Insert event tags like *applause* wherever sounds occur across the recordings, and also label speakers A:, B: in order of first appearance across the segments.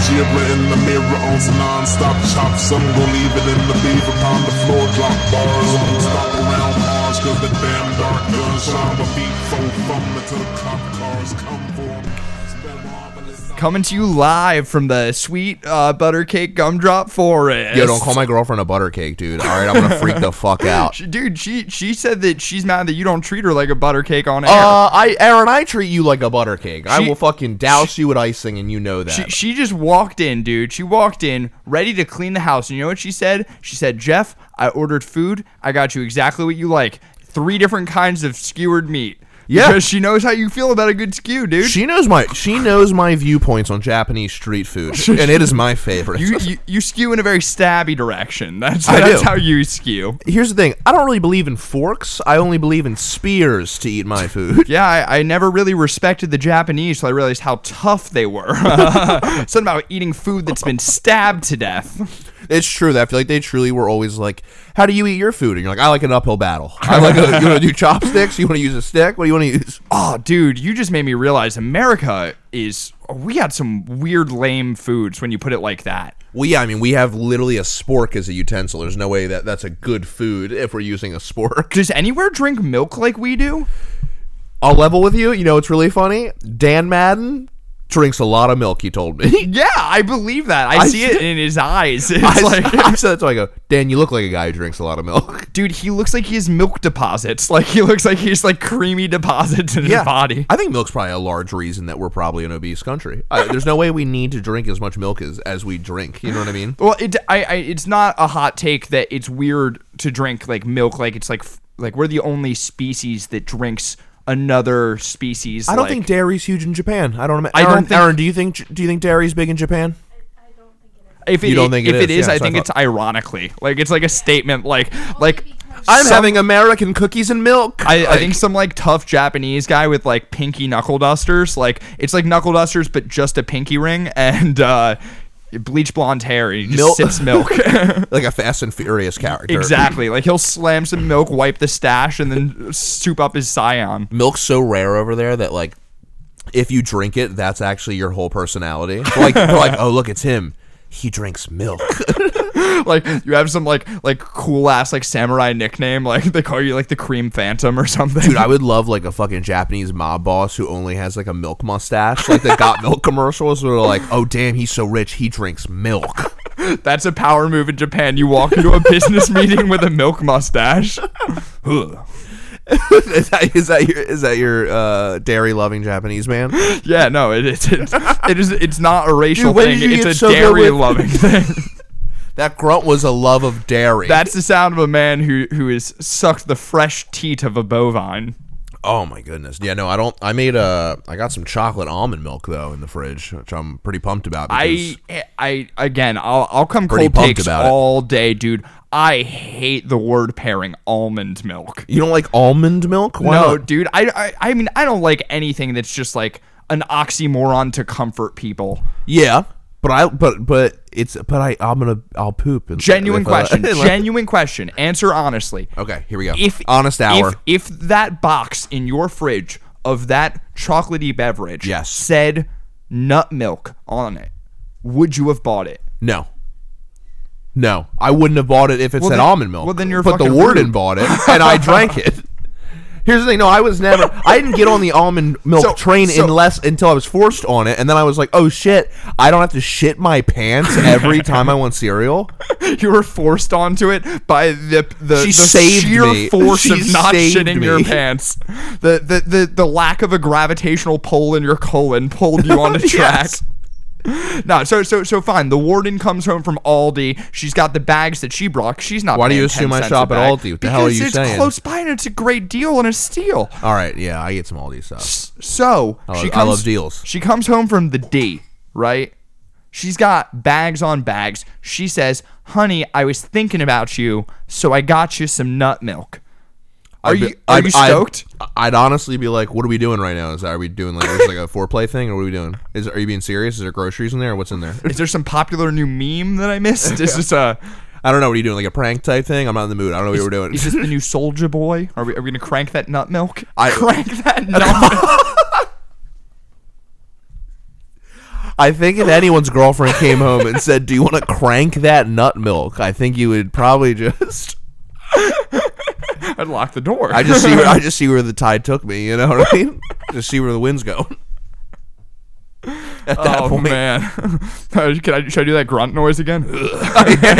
A: Shiver in the mirror on some non-stop chop. Some gon' leave it in the beaver upon the floor. Drop bars on stop around Mars. Cause the damn dark gunshot will beat foe from the to the cop cars come for 'em. Spell marvelous.
B: Coming to you live from the sweet uh, buttercake gumdrop forest.
C: Yo, don't call my girlfriend a butter cake, dude. All right, I'm gonna freak the *laughs* fuck out.
B: She, dude, she she said that she's mad that you don't treat her like a buttercake on air.
C: Uh, I Aaron, I treat you like a butter cake. I
B: She-
C: will fucking douse you with icing, and you know that.
B: she, she just walked in, dude. She walked in ready to clean the house. And you know what she said? She said, Jeff, I ordered food. I got you exactly what you like. Three different kinds of skewered meat.
C: Yeah.
B: Because she knows how you feel about a good skew, dude.
C: She knows my she knows my viewpoints on Japanese street *laughs* food, and it is my favorite.
B: you, you, you skew in a very stabby direction. That's,
C: I
B: that's
C: do.
B: how you skew.
C: Here's the thing: I don't really believe in forks. I only believe in spears to eat my food.
B: Yeah, I, I never really respected the Japanese till I realized how tough they were. *laughs* Something about eating food that's been stabbed to death.
C: *laughs* it's true that I feel like they truly were always like, "How do you eat your food?" And you're like, "I like an uphill battle. I like a, you want to *laughs* do chopsticks. You want to use a stick. What do you want to use?"
B: Oh, dude, you just made me realize America is. We had some weird, lame foods when you put it like that.
C: Well, yeah, I mean, we have literally a spork as a utensil. There's no way that that's a good food if we're using a spork. *laughs*
B: Does anywhere drink milk like we do?
C: I'll level with you. You know, it's really funny. Dan Madden drinks a lot of milk. He told me. *laughs*
B: Yeah, I believe that. I,
C: I
B: see it in his eyes. *laughs* It's
C: I,
B: like,
C: *laughs* I said that to him, I go, Dan, you look like a guy who drinks a lot of milk.
B: dude, he looks like he has milk deposits. Like he looks like he's like creamy deposits in his body.
C: I think milk's probably a large reason that we're probably an obese country. I, there's no way we need to drink as much milk as, as we drink. You know what I mean?
B: Well, it, I, I, it's not a hot take that it's weird to drink like milk. Like it's like f- like we're the only species that drinks another species.
C: I don't
B: like-
C: think dairy's huge in Japan. I don't.
B: I
C: I
B: don't
C: Aaron,
B: think-
C: Aaron, do you think do you think dairy's big in Japan?
B: if it,
C: you don't think
B: if
C: it
B: it
C: is.
B: is,
C: Yeah,
B: I
C: that's what
B: think
C: I
B: it's ironically like it's like a statement like like.
C: I'm having American cookies and milk.
B: I, I think some like tough Japanese guy with like pinky knuckle dusters, like it's like knuckle dusters but just a pinky ring and uh, bleach blonde hair. And he just
C: Milk-
B: sips
C: *laughs*
B: milk.
C: like a Fast and Furious
B: *laughs*
C: character.
B: exactly. Like he'll slam some milk, wipe the stash, and then soup up his scion.
C: milk's so rare over there that like if you drink it, that's actually your whole personality. Like they're like, oh look, it's him. He drinks milk.
B: like you have some like like cool ass like samurai nickname like they call you like the cream phantom or something
C: Dude, I would love like a fucking Japanese mob boss who only has like a milk mustache, like the got milk commercials where they're like, oh damn, he's so rich, he drinks milk.
B: *laughs*
C: *laughs*
B: that's a power move in japan you walk into a business meeting with a milk
C: *laughs*
B: mustache Huh.
C: is, that, is that your is that your uh, dairy loving Japanese man?
B: yeah no it, it's it's it is it's not a racial
C: Dude, when
B: thing
C: did you
B: it's
C: get
B: a
C: so good
B: dairy
C: with- *laughs*
B: loving thing
C: That grunt was a love of dairy.
B: that's the sound of a man who who has sucked the fresh teat of a bovine
C: Oh my goodness. Yeah, no, I don't. I made a. I got some chocolate almond milk though in the fridge, which I'm pretty pumped about.
B: I, I again, I'll I'll come
C: Pretty
B: cold
C: pumped
B: takes
C: about it.
B: all day, dude. I hate the word pairing almond milk.
C: you don't like almond milk? Why
B: no,
C: not?
B: dude. I, I I mean, I don't like anything that's just like an oxymoron to comfort people.
C: Yeah, but I. But but it's. But I. I'm gonna. I'll poop. And
B: Genuine question.
C: uh, *laughs* Like-
B: genuine question. Answer honestly.
C: okay, here we go.
B: If
C: Honest hour.
B: If, if that box in your fridge of that chocolatey beverage
C: Yes.
B: said nut milk on it, would you have bought it?
C: no. No, I wouldn't have bought it if it said
B: then-
C: almond milk.
B: well, then you're
C: But the
B: fucking
C: warden
B: rude.
C: bought it, and I drank it. *laughs* Here's the thing. No, I was never. I didn't get on the almond milk
B: So-
C: train
B: so-
C: unless until I was forced on it, and then I was like, "Oh shit! I don't have to shit my
B: *laughs*
C: pants every time I want cereal."
B: You were forced onto it by the the, the
C: She saved
B: sheer
C: me.
B: force
C: She
B: of not
C: saved
B: shitting your
C: me.
B: pants. The, the the the lack of a gravitational pull in your colon pulled you
C: *laughs*
B: on the track.
C: Yes.
B: No, so so so fine. The warden comes home from Aldi. She's got the bags that she brought. She's not.
C: Why do you
B: paying
C: assume
B: 10
C: I
B: cents
C: shop
B: a
C: at
B: bag.
C: Aldi? What the hell are
B: Because
C: you
B: it's
C: saying?
B: close by and it's a great deal and a steal.
C: All right, yeah, I get some Aldi stuff.
B: So
C: love-
B: she
C: I
B: comes.
C: love deals.
B: She comes home from the D, right? She's got bags on bags. She says, "Honey, I was thinking about you, so I got you some nut milk." Are
C: I'd be-
B: you are
C: I'd-
B: you
C: I'd-
B: stoked?
C: I'd, honestly be like, "What are we doing right now? Is are we doing like, is like a *laughs* foreplay thing, or what are we doing? Is are you being serious? Is there groceries in there? What's in there?
B: Is there some popular new meme that I missed?
C: *laughs*
B: Is this a
C: I don't know. What are you doing? Like a prank type thing? I'm not in the mood. I don't know what you were doing.
B: is this the new Soldier Boy? Are we are we gonna crank that nut milk?
C: I- *laughs*
B: crank that nut milk.
C: I think if anyone's girlfriend came home and said, "Do you want to crank that nut milk?" I think you would probably just.
B: *laughs* I'd lock the door.
C: I just see where I just see where the tide took me. You know what I mean? Just see where the wind's going. At that
B: oh
C: point,
B: man, *laughs* Can I, should I do that grunt noise
C: *laughs*
B: again? *laughs*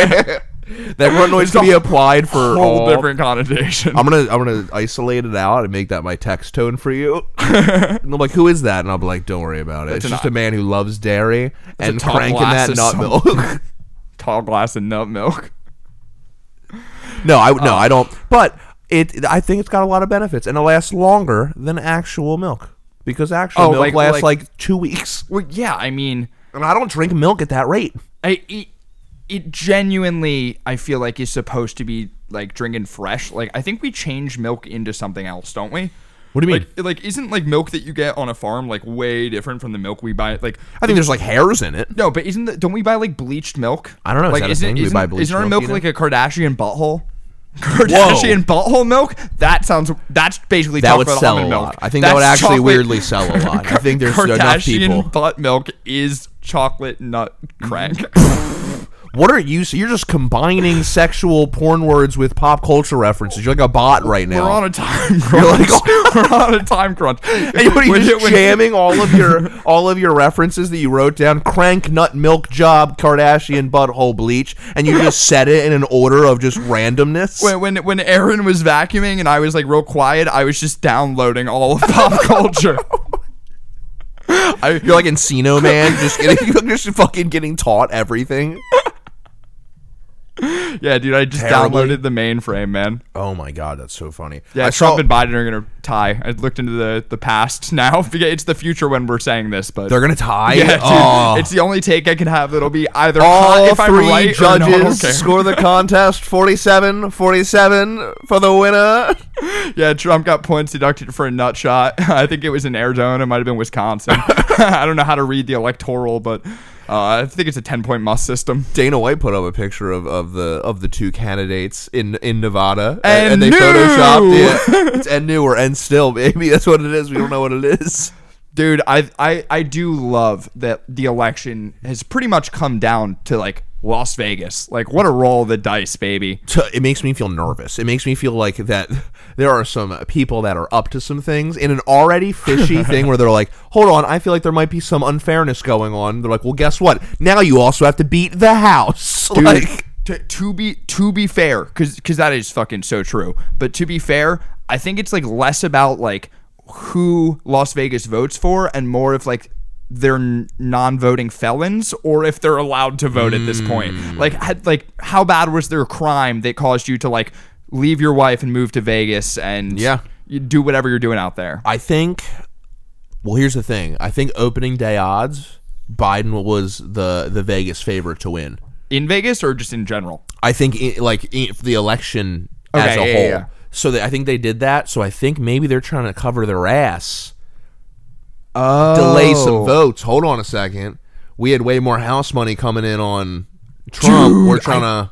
C: that run noise can be applied for
B: Whole
C: all.
B: different connotation.
C: I'm gonna I'm gonna isolate it out and make that my text tone for
B: *laughs*
C: you. and I'm like, who is that? And I'll be like, don't worry about it. it's
B: an
C: just
B: eye-
C: a man who loves dairy and
B: tall
C: cranking
B: glass
C: that
B: of
C: nut
B: something.
C: milk. *laughs*
B: Tall glass of nut milk.
C: no, I
B: Oh.
C: no, I don't. But it I think it's got a lot of benefits and it lasts longer than actual milk because actual
B: Oh,
C: milk
B: like-
C: lasts
B: like-
C: like, two weeks.
B: Well, yeah. I mean,
C: And I don't drink milk at that rate.
B: I it, it genuinely I feel like is supposed to be like drinking fresh. Like I think we change milk into something else, don't we?
C: What do you mean?
B: Like, like isn't like milk that you get on a farm like way different from the milk we buy? Like
C: I think there's like hairs in it.
B: no, but isn't the, don't we buy like bleached milk?
C: I don't know, is
B: Like
C: that a
B: isn't
C: thing? We
B: isn't,
C: buy bleached
B: isn't our milk
C: milk, you
B: like a Kardashian butthole? *laughs* Kardashian butthole milk? That sounds. That's basically
C: That
B: Taco
C: would
B: Bell
C: sell a
B: almond
C: lot.
B: milk.
C: I think that would
B: That's
C: actually
B: chocolate-
C: weirdly sell a
B: *laughs*
C: lot. I think there's enough
B: Kardashian
C: people.
B: butt milk is chocolate nut
C: *laughs*
B: crack.
C: What are you? So you're just combining sexual porn words with pop culture references. You're like a bot right now.
B: We're on a
C: *laughs*
B: time crunch. We're on a time crunch.
C: And what are you
B: When-
C: "Oh." just
B: when-
C: jamming all of your all of your references that you wrote down? Crank, nut, milk, job, Kardashian, butthole, bleach, and you just said it in an order of just
B: *laughs*
C: randomness.
B: When, when when Aaron was vacuuming and I was like real quiet, I was just downloading all of
C: *laughs*
B: pop culture. *laughs*
C: you're like Encino Man, just getting, *laughs* you're just fucking getting taught everything.
B: Yeah, dude, I just
C: Terribly.
B: downloaded the mainframe, man.
C: Oh my god, that's so funny.
B: Yeah,
C: I
B: Uh, Trump
C: saw-
B: and Biden are gonna tie. I looked into the the past *laughs* now. it's the future when we're saying this, but
C: they're gonna
B: *laughs*
C: tie.
B: yeah, dude,
C: Oh.
B: it's the only take I can have that'll be either hot
C: All
B: if I'm
C: three
B: right or no, *laughs* I don't
C: judges
B: care.
C: score the contest 47 47 for the
B: *laughs*
C: winner.
B: Yeah, Trump got points deducted for a nut shot. *laughs* I think it was in Arizona, it might have been *laughs* Wisconsin. I don't know how to read the electoral, but uh, I think it's a ten point must system.
C: Dana White put up a picture of, of the of the two candidates in in Nevada
B: And
C: they
B: new! *laughs*
C: photoshopped it. It's and new or and still maybe *laughs* that's what it is. We don't know what it is.
B: Dude, I, I I do love that the election has pretty much come down to like Las Vegas. Like what a roll of the dice, baby.
C: So It makes me feel nervous. It makes me feel like that there are some people that are up to some things in an already
B: *laughs*
C: fishy thing where they're like, "Hold on, I feel like there might be some unfairness going on." They're like, "Well, guess what? Now you also have to beat the house." *laughs* Like
B: to, to be to be fair because that is fucking so true but to be fair i think it's like less about like who las vegas votes for and more if like they're n- non-voting felons or if they're allowed to vote at this
C: Mm.
B: point like had, like how bad was their crime that caused you to like leave your wife and move to vegas and
C: Yeah.
B: you do whatever you're doing out there
C: I think. Well, here's the thing. I think opening day odds, Biden was the the Vegas favorite to win.
B: in vegas or just in general
C: I think i like i- the election as
B: Okay,
C: a
B: yeah,
C: whole.
B: yeah, yeah.
C: So they, I think they did that. So I think maybe they're trying to cover their ass,
B: oh
C: delay some votes. Hold on a second. We had way more house money coming in on Trump. we're trying to.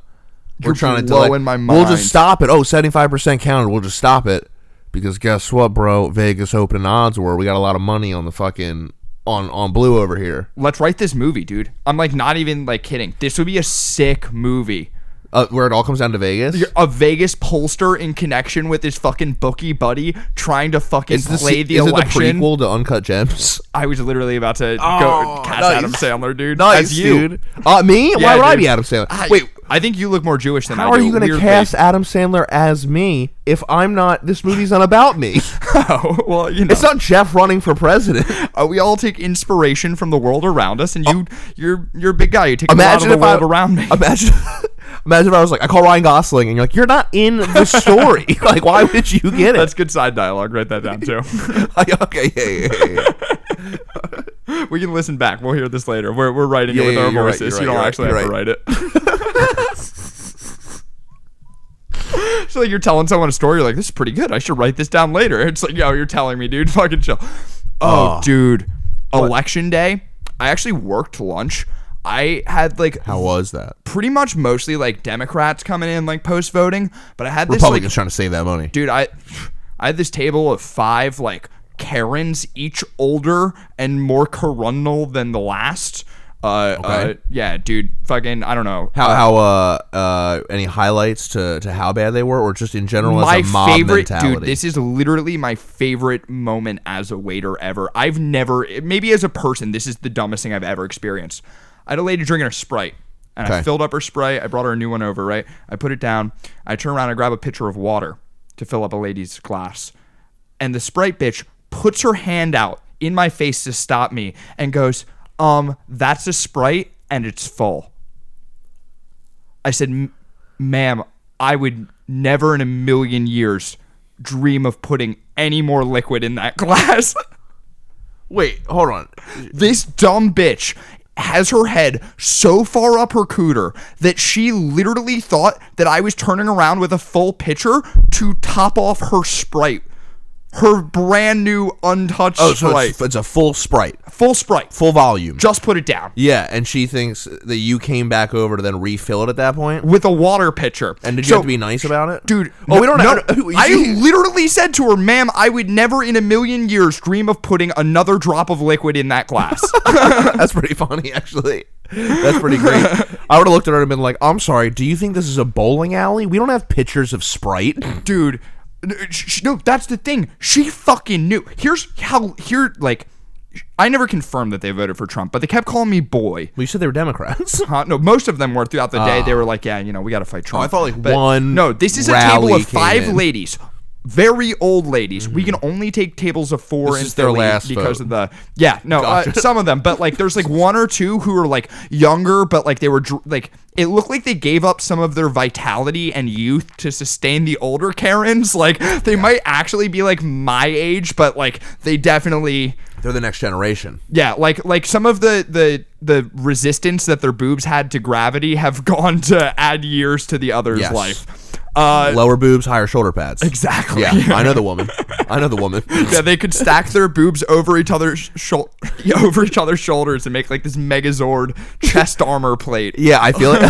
C: We're
B: you're
C: trying to
B: blowing my
C: We'll
B: mind.
C: just stop it. Oh, 75 percent counted. We'll just stop it because guess what, bro? Vegas opening odds were we got a lot of money on the fucking on on blue over here.
B: let's write this movie dude i'm like not even like kidding this would be a sick movie
C: Uh, where it all comes down to Vegas.
B: a Vegas pollster in connection with his fucking bookie buddy trying to fucking
C: this-
B: play the
C: is it
B: election.
C: the prequel to Uncut Gems?
B: I was literally about to
C: Oh,
B: go cast
C: nice.
B: Adam Sandler, dude.
C: *laughs* Nice,
B: As you.
C: dude. Uh, me?
B: Yeah,
C: Why would I
B: dude.
C: be Adam Sandler?
B: I-
C: Wait,
B: I think you look more Jewish than
C: how
B: I
C: are
B: do.
C: you going to
B: weirdly.
C: cast Adam Sandler as me if I'm not? This movie's not
B: *laughs*
C: about me.
B: Oh, well, you know,
C: it's not Jeff running for president. *laughs*
B: uh, we all take inspiration from the world around us, and you, you're, you're a big guy. You take
C: Imagine
B: a
C: if
B: lot of
C: I
B: the world around me.
C: Imagine, *laughs* imagine if I was like, I call Ryan Gosling, and you're like, you're not in *laughs* the story. like, why would you get
B: *laughs* That's
C: it?
B: good side dialogue. Write that down
C: *laughs*
B: too.
C: Like, okay, yeah, yeah, yeah, yeah.
B: *laughs* we can listen back. We'll hear this later. We're, we're writing it
C: Yeah,
B: with
C: yeah,
B: our
C: you're right,
B: voices.
C: you're
B: you
C: right,
B: don't
C: you're
B: actually
C: right,
B: have to *laughs*
C: *laughs*
B: write it. so like you're telling someone a story, you're like, "This is pretty good. I should write this down later." It's like, "Yo, you're telling me, dude. *laughs* Fucking chill." Oh,
C: Oh.
B: dude, election day. I actually worked lunch. I had like
C: *laughs* How was that?
B: pretty much mostly like Democrats coming in like post voting, but I had this like
C: Republicans trying to save that money.
B: dude i i had this table of five like Karens, each older and more corundal than the last. Uh,
C: Okay.
B: uh, yeah, dude, fucking, I don't know.
C: How, how uh, uh, any highlights to, to how bad they were, or just in general
B: my
C: as a mob
B: favorite
C: mentality?
B: dude this is literally my favorite moment as a waiter ever i've never maybe as a person this is the dumbest thing i've ever experienced i had a lady drinking her sprite and i
C: Okay.
B: filled up her sprite i brought her a new one over right i put it down i turn around and grab a pitcher of water to fill up a lady's glass and the sprite bitch puts her hand out in my face to stop me and goes um that's a sprite and it's full I said, "M- "Ma'am, I would never in a million years dream of putting any more liquid in that *laughs* glass."
C: Wait, hold on.
B: this dumb bitch has her head so far up her cooter that she literally thought that I was turning around with a full pitcher to top off her Sprite. Her brand new untouched
C: Oh, so
B: Sprite.
C: it's, it's a full sprite,
B: full Sprite.
C: full volume.
B: Just put it down.
C: yeah, and she thinks that you came back over to then refill it at that point.
B: With a water pitcher.
C: And did you
B: So-
C: have to be nice about it,
B: dude.
C: Oh, we don't.
B: no,
C: have *laughs* to-
B: I *laughs* literally said to her, "Ma'am, I would never in a million years dream of putting another drop of liquid in that
C: *laughs*
B: glass."
C: That's pretty funny, actually. That's
B: *laughs*
C: pretty great. I would have looked at her and been like, "I'm sorry. Do you think this is a bowling alley? We don't have pictures of Sprite."
B: dude. sh- sh- No, that's the thing. She fucking knew. Here's how. Here, like, I never confirmed that they voted for Trump, but they kept calling me boy.
C: Well, you said they
B: *laughs*
C: were Democrats.
B: Huh? No, most of them were throughout the day. They were like, "Yeah, you know, we got to fight Trump."
C: Ah. Oh, I thought, like,
B: But
C: one
B: No, this is a table
C: rally
B: of
C: came
B: five
C: in. Mm-hmm.
B: ladies, very old ladies. We can only take tables of four.
C: This
B: in
C: is their
B: Philly
C: last
B: because
C: vote.
B: of the yeah. No, uh, some of them, but like there's like one or two who are like younger, but like they were dr- like it looked like they gave up some of their vitality and youth to sustain the older Karens. Like they might actually be like my age, but like they definitely
C: They're the next generation.
B: yeah, like like some of the the the resistance that their boobs had to gravity have *laughs* gone to add years to the other's
C: Yes.
B: life. Uh,
C: Lower boobs, higher shoulder pads.
B: exactly.
C: Yeah, I know the
B: *laughs*
C: woman. I know the woman.
B: Yeah, they could stack their boobs over each other's *laughs* shou- over each other's shoulders and make like this Megazord chest *laughs* armor plate.
C: Yeah, I
B: *laughs*
C: feel it.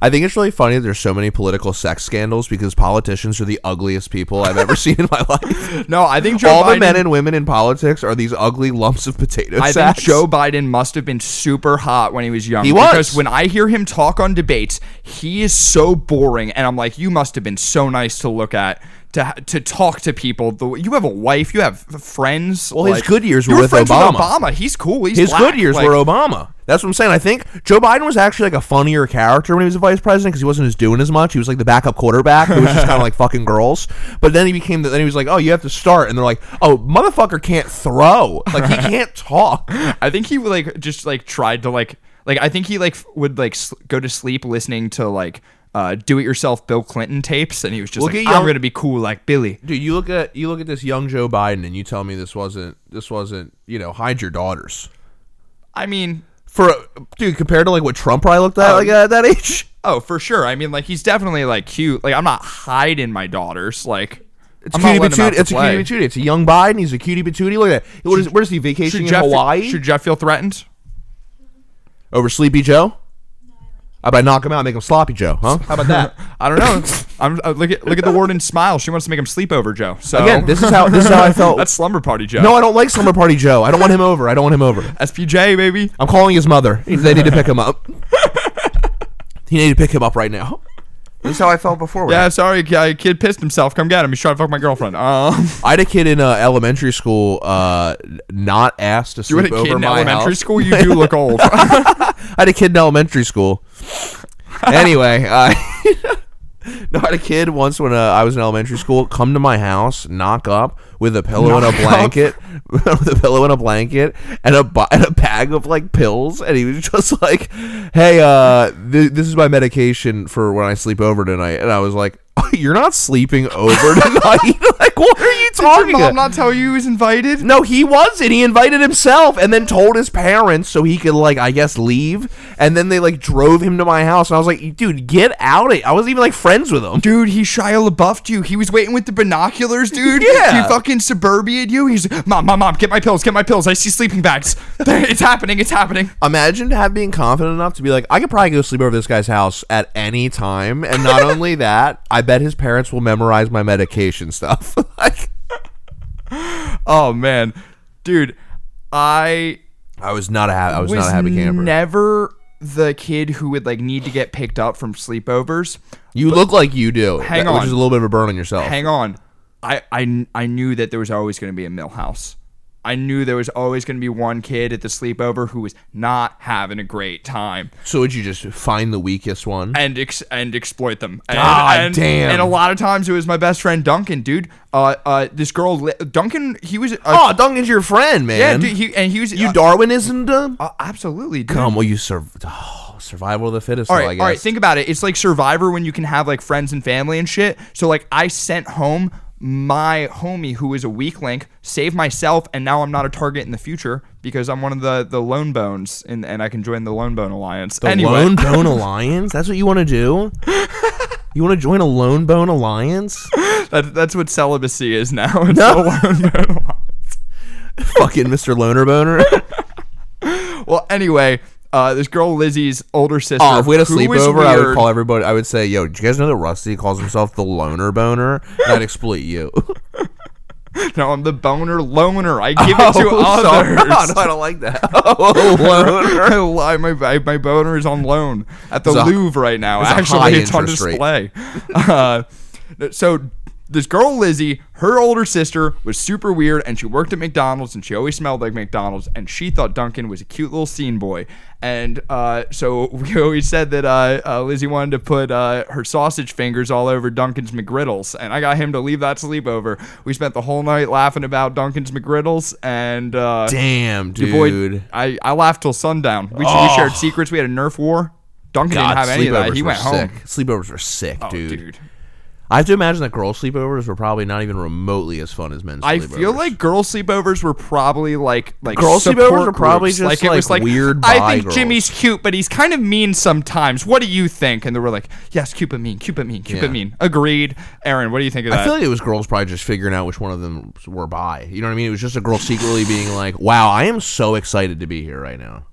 C: I think it's really funny that there's so many political sex scandals because politicians are the ugliest people I've ever *laughs* seen in my life.
B: No, I think Joe
C: All
B: Biden,
C: the men and women in politics are these ugly lumps of potato
B: I think
C: sacks.
B: Joe Biden must have been super hot when he was young.
C: He was.
B: Because when I hear him talk on debates, he is so boring, and I'm like, you must have been so nice to look at. To, ha- to talk to people, the, you have a wife, you have f- friends. Well,
C: his good years were with
B: friends
C: Obama.
B: Obama, he's cool. He's
C: His
B: black,
C: good years
B: like-
C: were Obama. That's what I'm saying. I think Joe Biden was actually like a funnier character when he was a vice president because he wasn't as doing as much. He was like the backup quarterback who was
B: *laughs*
C: just kind of like fucking girls. But then he became. The, then he was like, oh, you have to start, and they're like, oh, motherfucker can't throw. Like he
B: *laughs*
C: can't talk.
B: I think he like just like tried to like like I think he like f- would like s go to sleep listening to like uh, do it yourself Bill Clinton tapes, and he was just
C: Look
B: like,
C: at
B: I'm
C: young-
B: gonna be cool like Billy.
C: Dude, you look at you look at this young Joe Biden, and you tell me this wasn't this wasn't you know hide your daughters
B: I mean,
C: for a, dude compared to like what Trump probably looked at like at that age.
B: Oh, for sure. I mean, like he's definitely like cute. Like I'm not hiding my daughters. Like
C: It's
B: I'm
C: cutie
B: not letting them out
C: patootie.
B: to
C: It's a
B: play.
C: cutie patootie. It's a young Biden. He's a cutie patootie. Look at that. What is, where is he vacationing
B: Should
C: in
B: Jeff,
C: Hawaii?
B: should Jeff feel threatened?
C: Over Sleepy Joe? I better knock him out, and make him Sloppy Joe, huh? How about *laughs* that?
B: I don't know. I'm uh, look at look at the warden smile. She wants to make him sleep over Joe. So
C: Again, this
B: *laughs*
C: is how this is how I felt.
B: that's slumber party Joe.
C: *laughs* no, I don't like slumber party Joe. I don't want him over. I don't want him over.
B: SPJ baby.
C: I'm calling his mother. They need to pick him up. *laughs* He need to pick him up right now. This is how I felt before.
B: Yeah, sorry, ki- kid pissed himself. Come get him. He's trying to fuck my girlfriend. Um, *laughs*
C: I had a kid in uh, elementary school uh, not asked to
B: you
C: sleep
B: had a kid
C: over
B: in
C: my
B: elementary
C: house.
B: school.
C: *laughs*
B: You do look old.
C: I had a kid in elementary school. anyway, *laughs* uh, no, I had a kid once when uh, I was in elementary school come to my house, knock up with a pillow and a blanket, *laughs* with a pillow and a blanket, and a bo- and a bag of like pills, and he was *laughs* just like, "Hey, uh, th- this is my medication for when I sleep over tonight," and I was like. *laughs* You're not sleeping over tonight. *laughs* like, what are you
B: Did
C: talking?
B: your mom
C: about?
B: not tell you he was invited?
C: No, he wasn't. He invited himself and then told his parents so he could like I guess leave. And then they like drove him to my house and I was like, dude, get out of it. I wasn't even like friends with him.
B: Dude, he Shia LaBeoufed you. He was waiting with the binoculars, dude.
C: Yeah.
B: He fucking suburbied you. He's like, mom, mom, mom, get my pills, get my pills. I see sleeping bags. *laughs* it's happening, it's happening.
C: Imagine to have being confident enough to be like, I could probably go sleep over this guy's house at any time.
B: *laughs*
C: And not only *laughs* that, I bet his parents will memorize my medication stuff. like
B: Oh man, dude, I
C: I was not a ha- I was,
B: was
C: not a happy camper.
B: never the kid who would like need to get picked up from sleepovers.
C: you look like you do.
B: Hang
C: that-
B: on.
C: which is a little bit of a burn on yourself.
B: Hang on, I I I knew that there was always going to be a mill house. I knew there was always going to be one kid at the sleepover who was not having a great time.
C: so would you just find the weakest one?
B: and ex- and exploit them. And,
C: God
B: and,
C: damn.
B: And a lot of times it was my best friend Duncan, dude. Uh, uh, this girl li- Duncan, he was. Uh,
C: oh, Duncan's your friend, man.
B: yeah, dude. He and he was.
C: you
B: uh,
C: Darwin isn't dumb.
B: uh, absolutely, dude.
C: Come, well, you serve. Oh, survival of the fittest.
B: All
C: though,
B: right,
C: I guess.
B: all right. Think about it. It's like Survivor when you can have like friends and family and shit. So like, I sent home my homie who was a weak link, saved myself, and now I'm not a target in the future because I'm one of the the lone bones, and and I can join the lone bone alliance.
C: The
B: anyway, *laughs*
C: Lone Bone Alliance? That's what you want to do? You want to join a Lone Bone Alliance?
B: that, that's what celibacy is now. *laughs* It's the lone bone alliance.
C: Fucking Mr. Loner
B: *laughs*
C: Boner.
B: Well, anyway, uh, this girl Lizzie's older sister.
C: Oh, if we had a
B: who was
C: sleepover, I would
B: weird-
C: call everybody. I would say, yo, did you guys know that Rusty calls himself the Loner Boner? And I'd exploit you.
B: *laughs* No, I'm the boner loner. I give it to
C: *laughs* *laughs* Oh, sorry. No,
B: others.
C: *laughs* no, I don't like that.
B: *laughs*
C: *laughs* Oh, loner.
B: I lie, my I- my boner is on loan at the
C: It's a-
B: Louvre right now.
C: a high
B: Actually, it's on
C: interest rate.
B: display. Uh, so this girl Lizzie, her older sister was super weird, and she worked at McDonald's, and she always smelled like McDonald's, and she thought Duncan was a cute little scene boy, and uh, so *laughs* we always said that uh, uh, Lizzie wanted to put uh, her sausage fingers all over Duncan's McGriddles, and I got him to leave that sleepover. We spent the whole night laughing about Duncan's McGriddles, and uh,
C: Damn, dude. Oh.
B: Boy, I, I laughed till sundown. We, we shared secrets. We had a Nerf war. Duncan
C: God,
B: didn't have any of that.
C: sleepovers
B: He
C: were
B: went
C: sick.
B: home. Oh,
C: Sleepovers were sick, dude.
B: Dude.
C: I have to imagine that girl sleepovers were probably not even remotely as fun as men's
B: I
C: sleepovers.
B: feel like girl sleepovers were probably like like
C: Girl
B: support
C: sleepovers were probably
B: groups.
C: just,
B: it
C: like,
B: was like
C: weird bi
B: I think
C: girls.
B: Jimmy's cute, but he's kind of mean sometimes. What do you think? And they were like, yes, cute but mean, cute but mean, cute
C: Yeah.
B: but mean. Agreed. Aaron, what do you think of that?
C: I feel like it was girls probably just figuring out which one of them were by. You know what I mean? It was just a girl secretly being like, "Wow, I am so excited to be here right now."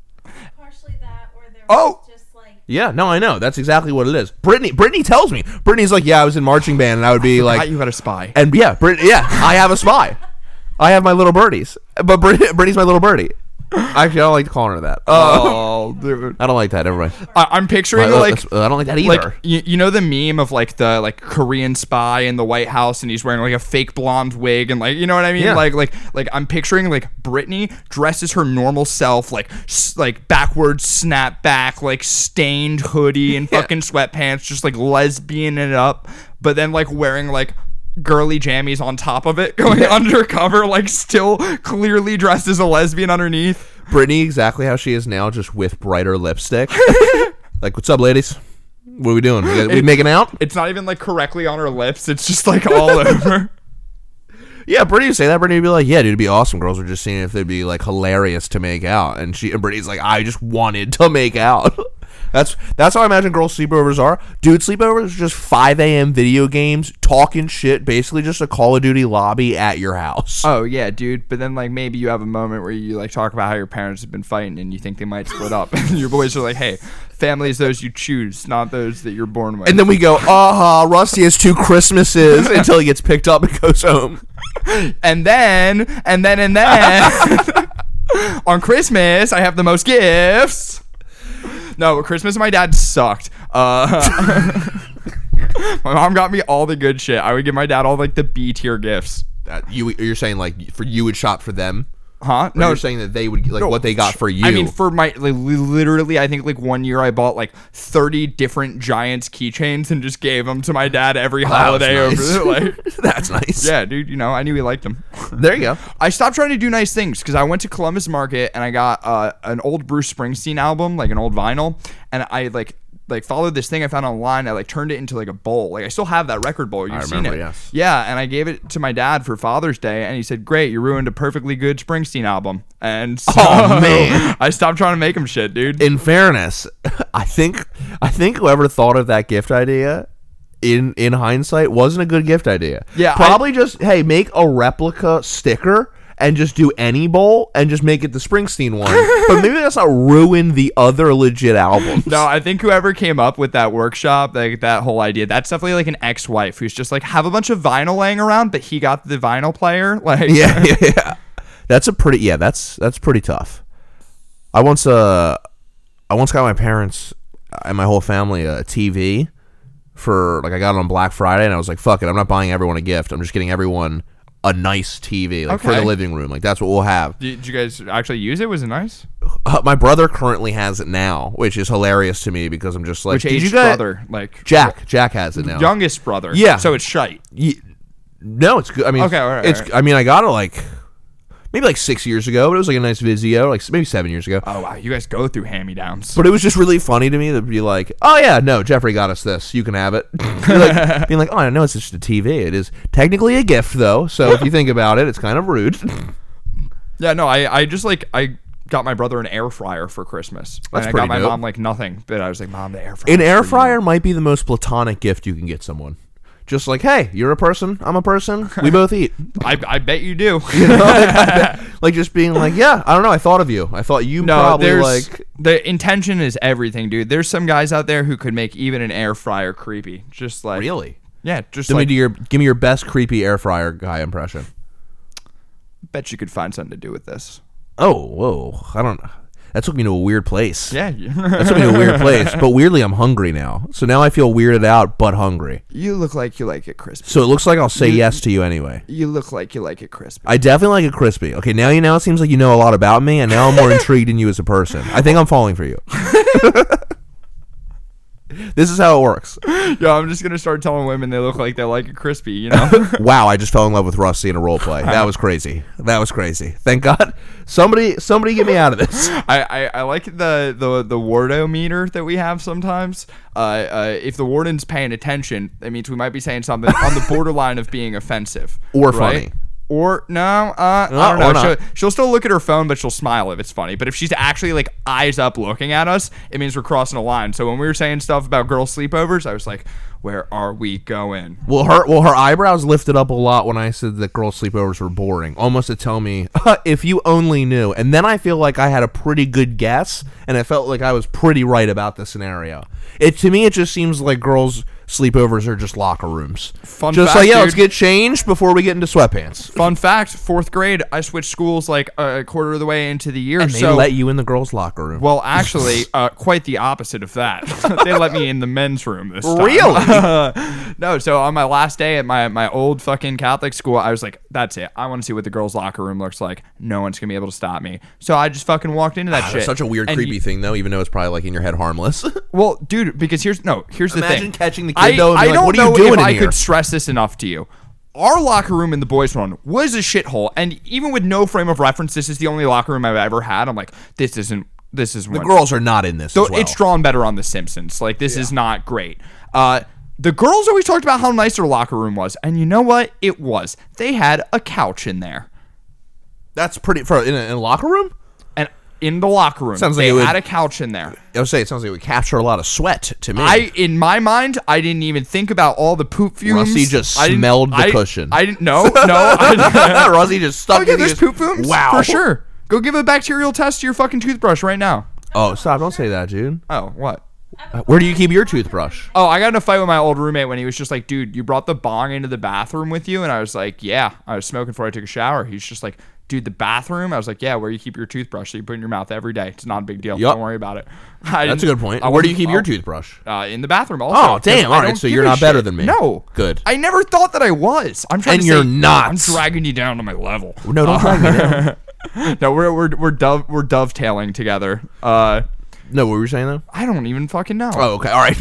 D: partially that, or there was
B: Oh!
D: just like
C: Yeah, no, I know. That's exactly what it is. Brittany, Brittany tells me. Brittany's like, "Yeah, I was in marching band, and I
B: *laughs*
C: would be
B: Ah,
C: like,
B: you had a spy.
C: *laughs* and yeah, Brit- yeah, I have a spy. I have my little birdies, but Brit- Brittany's my little birdie. Actually, I don't like calling her that. Uh,
B: Oh, dude.
C: I don't like that. Never mind.
B: I, I'm
C: I,
B: picturing like
C: like, I don't like that either.
B: Like you, you know the meme of like the like Korean spy in the White House and he's wearing like a fake blonde wig and like you know what I mean
C: Yeah.
B: like like like I'm picturing like Britney dressed as her normal self like s- like backwards snapback like stained hoodie and
C: *laughs* Yeah.
B: fucking sweatpants just like lesbian it up but then like wearing like girly jammies on top of it *laughs* going undercover like still clearly dressed as a lesbian underneath
C: Brittany exactly how she is now, just with brighter
B: *laughs*
C: lipstick. like, what's up, ladies? What are we doing? We, we making out?
B: it's not even like correctly on her lips it's just like
C: *laughs*
B: all over
C: Yeah, Brittany would say that. Brittany would be like, "Yeah, dude, it'd be awesome. Girls were just seeing if they'd be like hilarious to make out." And she, and Brittany's like, "I just wanted to make out." *laughs* that's that's how I imagine girl sleepovers are. Dude, sleepovers are just 5 a.m. video games, talking shit, basically just a Call of Duty lobby at your house.
B: Oh yeah, dude. But then like maybe you have a moment where you like talk about how your parents have been fighting and you think they might split up, *laughs* and your boys are like, "Hey, family is those you choose, not those that you're born with."
C: and then we go, "Aha, Rusty has two Christmases," *laughs* until he gets picked up and goes home.
B: *gasps* and then and then and then on Christmas I have the most gifts. No, Christmas my dad sucked. Uh, *laughs* my mom got me all the good shit. I would give my dad all like the B tier gifts.
C: That, you you're saying like for you would shop for them?
B: Huh?
C: No,
B: No,
C: you're saying that they would like what they got for you.
B: I mean, for my like, li- literally, I think like one year I bought like thirty different Giants keychains and just gave them to my dad every
C: That was
B: holiday over
C: Oh, nice. *laughs*
B: there. Like,
C: that's nice.
B: yeah, dude, you know, I knew he liked them.
C: there you go.
B: I stopped trying to do nice things because I went to Columbus Market and I got uh, an old Bruce Springsteen album, like an old vinyl, and I like like followed this thing I found online. I like turned it into like a bowl. Like I still have that record bowl. You've
C: I
B: seen
C: remember,
B: it,
C: yes.
B: yeah. And I gave it to my dad for Father's Day, and he said, "Great, you ruined a perfectly good Springsteen album." And so
C: *laughs* Oh, man.
B: I stopped trying to make him shit, dude.
C: in fairness, *laughs* I think I think whoever thought of that gift idea in in hindsight wasn't a good gift idea.
B: Yeah, I-
C: probably just hey, make a replica sticker and just do any bowl and just make it the
B: *laughs*
C: Springsteen one. but maybe that's not ruin the other legit albums.
B: No, I think whoever came up with that workshop, like that whole idea, that's definitely like an ex-wife who's just like have a bunch of vinyl laying around, but he got the vinyl player. *laughs* Like,
C: *laughs* yeah, yeah, yeah. That's a pretty yeah. That's that's pretty tough. I once uh, I once got my parents and my whole family a TV for like I got it on Black Friday and I was like, fuck it, I'm not buying everyone a gift. I'm just getting everyone a nice TV like for the
B: Okay.
C: living room. Like that's what we'll have.
B: Did you guys actually use it? Was it nice?
C: Uh, my brother currently has it now, which is hilarious to me because I'm just like,
B: Which
C: did
B: age
C: you guys-
B: brother? Like
C: Jack, Jack has it now.
B: youngest brother.
C: Yeah.
B: So it's shite.
C: Ye- no, it's good. I mean,
B: Okay, all right,
C: it's.
B: all
C: I mean, I got it like maybe like six years ago, but it was like a nice Vizio, like s- maybe seven years ago.
B: Oh wow, you guys go through hand-me-downs.
C: But it was just really funny to me to be like, oh yeah, no, Jeffrey got us this. You can have it. *laughs*
B: *laughs*
C: You're like, being like, oh, I know it's just a TV. It is technically a gift though, so if you think about it, it's kind of rude.
B: *laughs* Yeah, no, I, I just like I got my brother an air fryer for Christmas. and
C: That's
B: I
C: pretty
B: got my
C: dope.
B: mom like nothing, but I was like, Mom, the air fryer.
C: An air fryer might be the most platonic gift you can get someone. Just like, hey, you're a person, I'm a person, we
B: *laughs*
C: both eat.
B: I, I bet you
C: *laughs*
B: do.
C: Like just being like, yeah, I don't know, I thought of you. I thought
B: *laughs*
C: you
B: no,
C: probably
B: there's
C: like
B: the intention is everything, dude. There's some guys out there who could make even an air fryer creepy. Just like
C: really.
B: Yeah, just
C: Give
B: like
C: me your give me your best creepy air fryer guy impression.
B: bet you could find something to do with this.
C: Oh, whoa, I don't. That took me to a weird place.
B: Yeah.
C: That took me to a weird place. But weirdly, I'm hungry now. So now I feel weirded out, but hungry.
B: *laughs* you look like you like it crispy.
C: So it looks like I'll say yes to you anyway.
B: You look like you like it crispy.
C: I definitely like a crispy. Okay, now you now it seems like you know a lot about me, and now I'm more intrigued in you as a person. I think I'm falling for you. this is how it works.
B: Yo, I'm just gonna start telling women they look like they like it crispy, you
C: *laughs*
B: know?
C: wow, I just fell in love with Rusty in a role play. That was crazy. That was crazy. Thank God. Somebody somebody get me out of this.
B: I, I, I like the, the the Wardo meter that we have sometimes. Uh, uh, if the warden's paying attention, that means we might be saying something on
C: *laughs*
B: the borderline of being offensive
C: Or funny.
B: Or no, uh,
C: No,
B: I
C: or
B: don't know.
C: not.
B: She'll, she'll still look at her phone, but she'll smile if it's funny. But if she's actually like eyes up looking at us, it means we're crossing a line. So when we were saying stuff about girl sleepovers, I was like, "Where are we going?"
C: Well, her well her eyebrows lifted up a lot when I said that girl sleepovers were boring, almost to tell me *laughs* if you only knew. And then I feel like I had a pretty good guess, and I felt like I was pretty right about the scenario. It to me, it just seems like girls sleepovers are just locker rooms.
B: Fun
C: just
B: fact,
C: like yeah, let's
B: dude.
C: get changed before we get into sweatpants.
B: Fun fact: fourth grade, I switched schools like a quarter of the way into the year.
C: And they
B: so
C: let you in the girls' locker room.
B: Well, actually, uh, quite the opposite of that. *laughs* they let me in the men's room this time.
C: Really?
B: *laughs* no. So on my last day at my my old fucking Catholic school, I was like, "That's it. I want to see what the girls' locker room looks like. No one's gonna be able to stop me." So I just fucking walked into that
C: That's
B: shit.
C: such a weird,
B: And
C: creepy
B: you-
C: thing, though. Even though it's probably like in your head, harmless. *laughs*
B: well, dude, because here's no, here's the
C: Imagine
B: thing.
C: catching the kid,
B: I,
C: though, and
B: I
C: be like,
B: don't
C: "What are you
B: know if
C: doing in
B: I
C: here?"
B: could stress this enough to you. Our locker room in the boys' one was a shithole, and even with no frame of reference, this is the only locker room I've ever had. I'm like, this isn't. This is
C: the girls are not in this.
B: so
C: as well.
B: it's drawn better on The Simpsons. Like this is not great. Uh, the girls always talked about how nice their locker room was, and you know what? It was. They had a couch in there,
C: That's pretty for in a, in a locker room.
B: and in the locker room,
C: Sounds like
B: they
C: it would-
B: had a couch in there.
C: I would say it sounds like we capture a lot of sweat to me.
B: I, in my mind, I didn't even think about all the poop fumes.
C: Rusty just
B: I didn't-
C: smelled the
B: I-
C: cushion.
B: I didn't. No, no. *laughs*
C: *laughs*
B: I,
C: Rosie just stuck.
B: oh
C: it
B: yeah,
C: in
B: there's
C: his-
B: poop fumes.
C: Wow,
B: for sure. Go give a bacterial test to your fucking toothbrush right now.
C: Oh, stop! Don't say that, dude.
B: Oh, what?
C: Uh, Where do you keep your toothbrush?
B: Oh, I got in a fight with my old roommate when he was just like, dude, you brought the bong into the bathroom with you? And I was like, yeah. I was smoking before I took a shower. He's just like, dude, the bathroom? I was like, yeah, where you keep your toothbrush that you put in your mouth every day. It's not a big deal.
C: Yup.
B: Don't worry about it. *laughs* I
C: That's a
B: didn't-
C: good point.
B: I
C: Where do you
B: wasn't-
C: keep your
B: oh,
C: toothbrush?
B: Uh, in the bathroom also.
C: Oh,
B: 'cause
C: damn.
B: I
C: All right,
B: don't
C: so
B: give
C: you're
B: a
C: not better
B: shit.
C: than me.
B: No.
C: Good.
B: I never thought that I was. I'm trying
C: And
B: to
C: you're
B: say,
C: not.
B: I'm dragging you down to my level.
C: No,
B: *laughs*
C: don't drag me down.
B: No, we're we're we're, dove, we're dovetailing together. Uh,
C: No, what were you saying though?
B: I don't even fucking know.
C: Oh, okay. All right.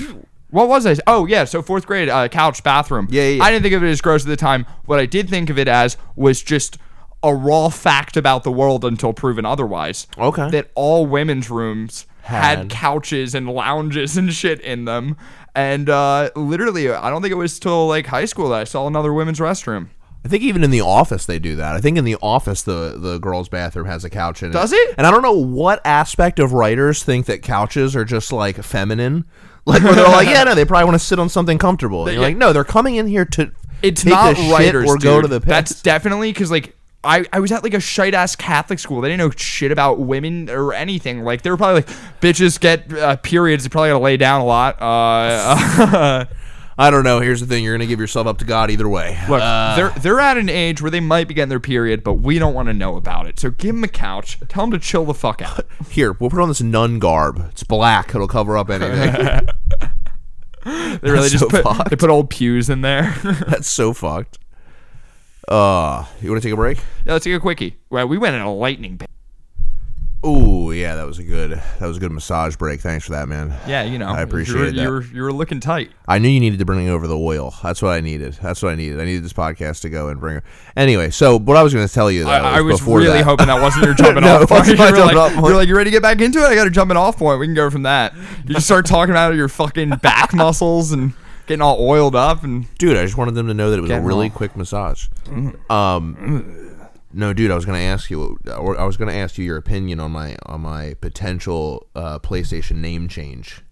B: What was I? Oh yeah, so fourth grade uh, couch bathroom.
C: Yeah, yeah, yeah.
B: I didn't think of it as gross at the time. What I did think of it as was just a raw fact about the world until proven otherwise.
C: Okay.
B: That all women's rooms had,
C: Had.
B: couches and lounges and shit in them, and uh, literally, I don't think it was till like high school that I saw another women's restroom.
C: I think even in the office they do that. I think in the office the the girls' bathroom has a couch in it.
B: Does it?
C: And I don't know what aspect of writers think that couches are just like feminine. Like where
B: *laughs*
C: they're like, yeah, no, they probably want to sit on something comfortable. And you're
B: Yeah.
C: like, no, they're coming in here to
B: It's
C: take
B: not
C: the shit
B: writers
C: or go
B: dude.
C: to the piss.
B: That's definitely because like I, I was at like a shite ass Catholic school. They didn't know shit about women or anything. Like they were probably like, bitches get uh, periods. They probably gotta lay down a lot. Uh,
C: I don't know. Here's the thing: you're gonna give yourself up to God either way.
B: *laughs* look,
C: Uh,
B: they're they're at an age where they might be getting their period, but we don't want to know about it. So give them a couch. Tell them to chill the fuck out.
C: here we'll put on this nun garb. It's black. It'll cover
B: *laughs*
C: up anything. *laughs*
B: They really
C: That's
B: just
C: so
B: put
C: fucked.
B: they put old pews in
C: *laughs*
B: there. yeah,
C: That's so fucked. Uh, you want to take a break?
B: let's take a quickie. Well, we went in a lightning. Pit.
C: Ooh, yeah, that was a good that was a good massage break. Thanks for that, man.
B: Yeah, you know.
C: I appreciated that.
B: you were, You were you were looking tight.
C: I knew you needed to bring over the oil. That's what I needed. That's what I needed. I needed this podcast to go and bring. Anyway, so what I was going to tell you though,
B: I, I was
C: before
B: really
C: that,
B: hoping that wasn't
C: *laughs*
B: your jumping
C: No,
B: off
C: it
B: point. *laughs*
C: wasn't
B: You're
C: my
B: like,
C: jumping off point.
B: you're like, you ready to get back into it? I got a jumping off point. We can go from *laughs* that. You just start talking about your fucking
C: *laughs*
B: back muscles and getting all oiled up and
C: dude. I just wanted them to know that it was a
B: Getting
C: really
B: off.
C: quick massage.
B: Mm.
C: Um, no, dude, I was going to ask you. I was going to ask you your opinion on my on my potential uh, PlayStation name change.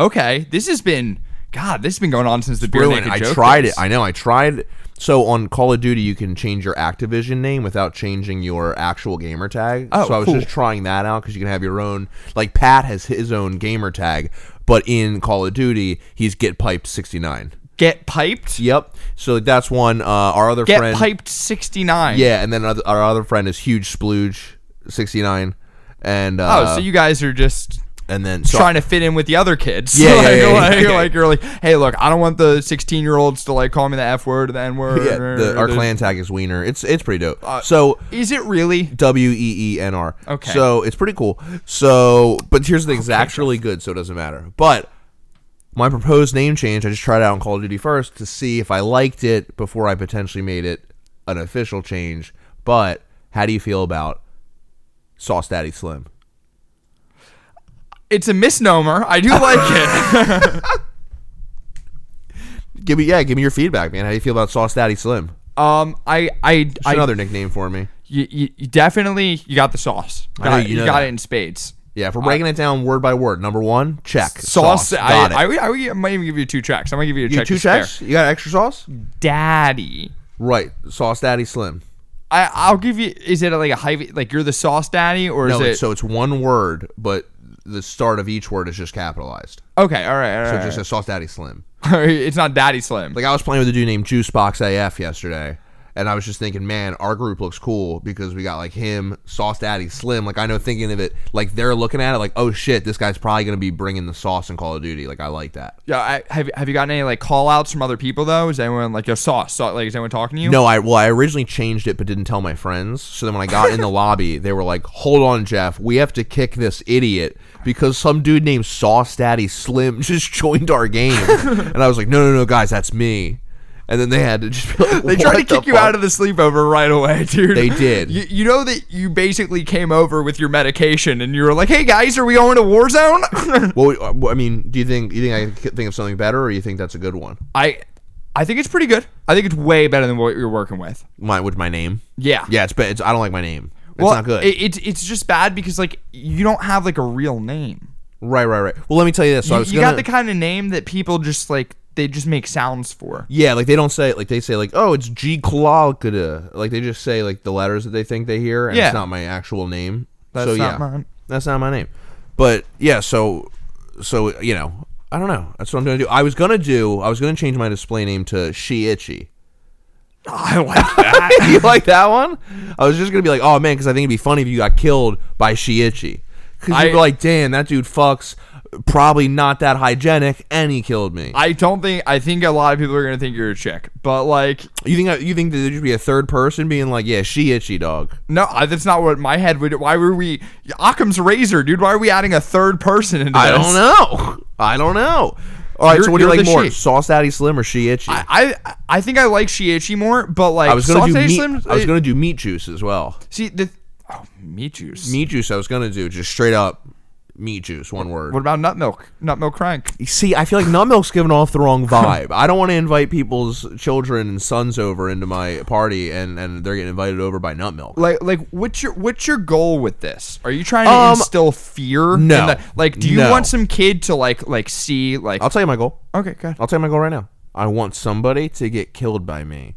B: okay. This has been God. This has been going on since the beer
C: Ruin.
B: naked
C: I
B: joke
C: tried
B: days.
C: it. I know. I tried. So on Call of Duty, you can change your Activision name without changing your actual gamer tag.
B: Oh,
C: so I was
B: cool.
C: just trying that out because you can have your own. Like Pat has his own gamer tag, but in Call of Duty, he's get piped sixty nine.
B: Get piped.
C: Yep. So that's one. Uh, our other
B: Get
C: friend,
B: piped. Sixty nine.
C: yeah, and then another- our other friend is huge splooge sixty nine, and uh,
B: Oh, so you guys are just.
C: and then so
B: trying to fit in with the other kids.
C: Yeah, yeah,
B: *laughs* like,
C: yeah, yeah,
B: like,
C: yeah.
B: like you're like, hey, look, I don't want the 16 year olds to like call me the f word, or the n word.
C: yeah, the, our clan tag is wiener. It's it's pretty dope.
B: Uh,
C: so
B: Is it really?
C: W E E N R.
B: Okay.
C: So it's pretty cool. So, but here's the thing: it's actually good, so it doesn't matter. But my proposed name change, I just tried out on Call of Duty first to see if I liked it before I potentially made it an official change. But how do you feel about Sauce Daddy Slim?
B: It's a misnomer. I do
C: *laughs*
B: like it.
C: Give me yeah, give me your feedback, man. How do you feel about Sauce Daddy Slim?
B: Um, I, I,
C: Just
B: I
C: another nickname for me.
B: you, you, you definitely you got the sauce.
C: I know
B: Got-
C: you
B: you
C: know
B: got
C: that.
B: it in spades.
C: Yeah, if we're breaking it down word by word, number one, check
B: Sauce. I,
C: Got it.
B: I, would- I, would- I might even give you two tracks. I might give you a
C: you
B: check.
C: two
B: to spare.
C: checks. You got extra sauce,
B: Daddy.
C: right? Sauce Daddy Slim.
B: I, I'll give you. Is it like a hyphy? Like you're the sauce daddy, or is
C: No,
B: it?
C: it's so it's one word, but the start of each word is just capitalized.
B: okay, all right, all right.
C: So
B: all
C: it just
B: right.
C: says Sauce Daddy Slim.
B: *laughs* it's not Daddy Slim.
C: Like I was playing with a dude named Juicebox AF yesterday, and I was just thinking, man, our group looks cool because we got like him, Sauce Daddy Slim. Like I know, thinking of it, like they're looking at it, like oh shit, this guy's probably gonna be bringing the sauce in Call of Duty. Like I like that.
B: Yeah, I, have have you gotten any like call outs from other people though? Is anyone like your sauce? Sau- like is anyone talking to you?
C: No, I well, I originally changed it, but didn't tell my friends. So then when I got
B: *laughs*
C: in the lobby, they were like, "Hold on, Jeff, we have to kick this idiot because some dude named Sauce Daddy Slim *laughs* just joined our game."
B: *laughs*
C: and I was like, "No, no, no, guys, that's me." And then they had to just be like,
B: They tried to kick you out of the sleepover right away, *laughs* dude.
C: They did.
B: You, you know that you basically came over with your medication, and you were like, "Hey guys, are we going to Warzone?"
C: Well, uh, well, I mean, do you think you think I could think of something better, or you think that's a good one?
B: *laughs* I, I think it's pretty good. I think it's way better than what you're working with.
C: My with my name.
B: Yeah.
C: Yeah, it's but it's I don't like my name. It's
B: well,
C: not good.
B: It, it's it's just bad because like you don't have like a real name.
C: right, right, right. Well, let me tell you this. So I
B: you
C: was
B: you
C: gonna,
B: got the kind of name that people just like they just make sounds
C: *laughs*
B: for.
C: Yeah, like they don't say like they say like oh it's G Clawgada. Like they just say like the letters that they think they hear and
B: Yeah.
C: it's not my actual name.
B: That's
C: so
B: not
C: yeah.
B: mine.
C: That's not my name. But yeah, so so you know, I don't know. That's what I'm going to do. I was going to do I was going to change my display name to Shiichi.
B: I like that.
C: *laughs* you like that one? I was just going to be like, "Oh man, cuz I think it'd be funny if you got killed by Shiichi." Cuz you'd
B: I-
C: be like, "Damn, that dude fucks probably not that hygienic and he killed me."
B: I don't think I think a lot of people are gonna think you're a chick, but like
C: you think I- you think that there'd just be a third person being like, "Yeah, Shiichi dog."
B: no, I- that's not what my head would. Why were we Occam's razor, dude? Why are we adding a third person into
C: I
B: this?
C: don't know. I don't know. All right,
B: You're-
C: so what do you
B: you're
C: like
B: the
C: more,
B: she.
C: Sauce Daddy Slim or She Itchy? I,
B: I I- I think I like Shiichi more, but like
C: was gonna do
B: Sausage
C: meat.
B: Slim-
C: I was gonna do meat juice as well.
B: see the oh meat juice.
C: Meat juice. I was gonna do just straight up meat juice. One word.
B: What about nut milk? Nut milk crank.
C: See, I feel like nut milk's giving off the wrong vibe. I don't want to invite people's children and sons over into my party, and and they're getting invited over by nut milk.
B: Like like what's your what's your goal with this? Are you trying to
C: Um,
B: instill fear? in
C: no.
B: the- like do you
C: No.
B: want some kid to like like see like
C: I'll tell you my goal.
B: okay good. Uh,
C: I'll tell you my goal right now. I want somebody to get killed by me,